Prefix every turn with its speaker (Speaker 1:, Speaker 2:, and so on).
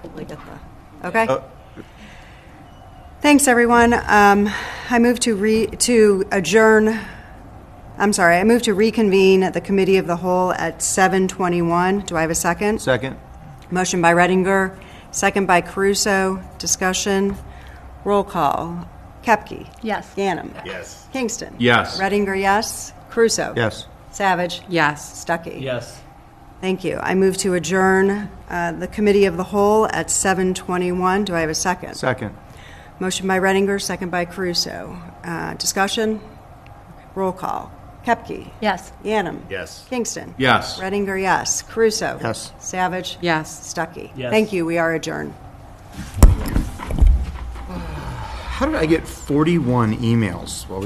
Speaker 1: probably get the, okay?
Speaker 2: Uh,
Speaker 1: Thanks, everyone. Um, I move to re, to adjourn, I'm sorry, I move to reconvene at the Committee of the Whole at 7:21. Do I have a second?
Speaker 2: Second?
Speaker 1: Motion by Redinger, second by Caruso. Discussion. Roll call. Kepke.
Speaker 3: Yes.
Speaker 1: Ganem.
Speaker 2: Yes.
Speaker 1: Kingston.
Speaker 4: Yes.
Speaker 1: Redinger, yes. Crusoe.
Speaker 2: Yes.
Speaker 1: Savage.
Speaker 3: Yes.
Speaker 1: Stuckey.
Speaker 5: Yes.
Speaker 1: Thank you. I move to adjourn uh, the Committee of the Whole at 7:21. Do I have a second?
Speaker 2: Second?
Speaker 1: Motion by Redinger, second by Caruso. Uh, Discussion? Roll call. Kepke?
Speaker 3: Yes.
Speaker 1: Yanem?
Speaker 2: Yes.
Speaker 1: Kingston?
Speaker 4: Yes.
Speaker 1: Redinger, yes. Caruso?
Speaker 2: Yes.
Speaker 1: Savage?
Speaker 3: Yes.
Speaker 1: Stuckey?
Speaker 5: Yes.
Speaker 1: Thank you. We are adjourned.
Speaker 2: How did I get 41 emails while we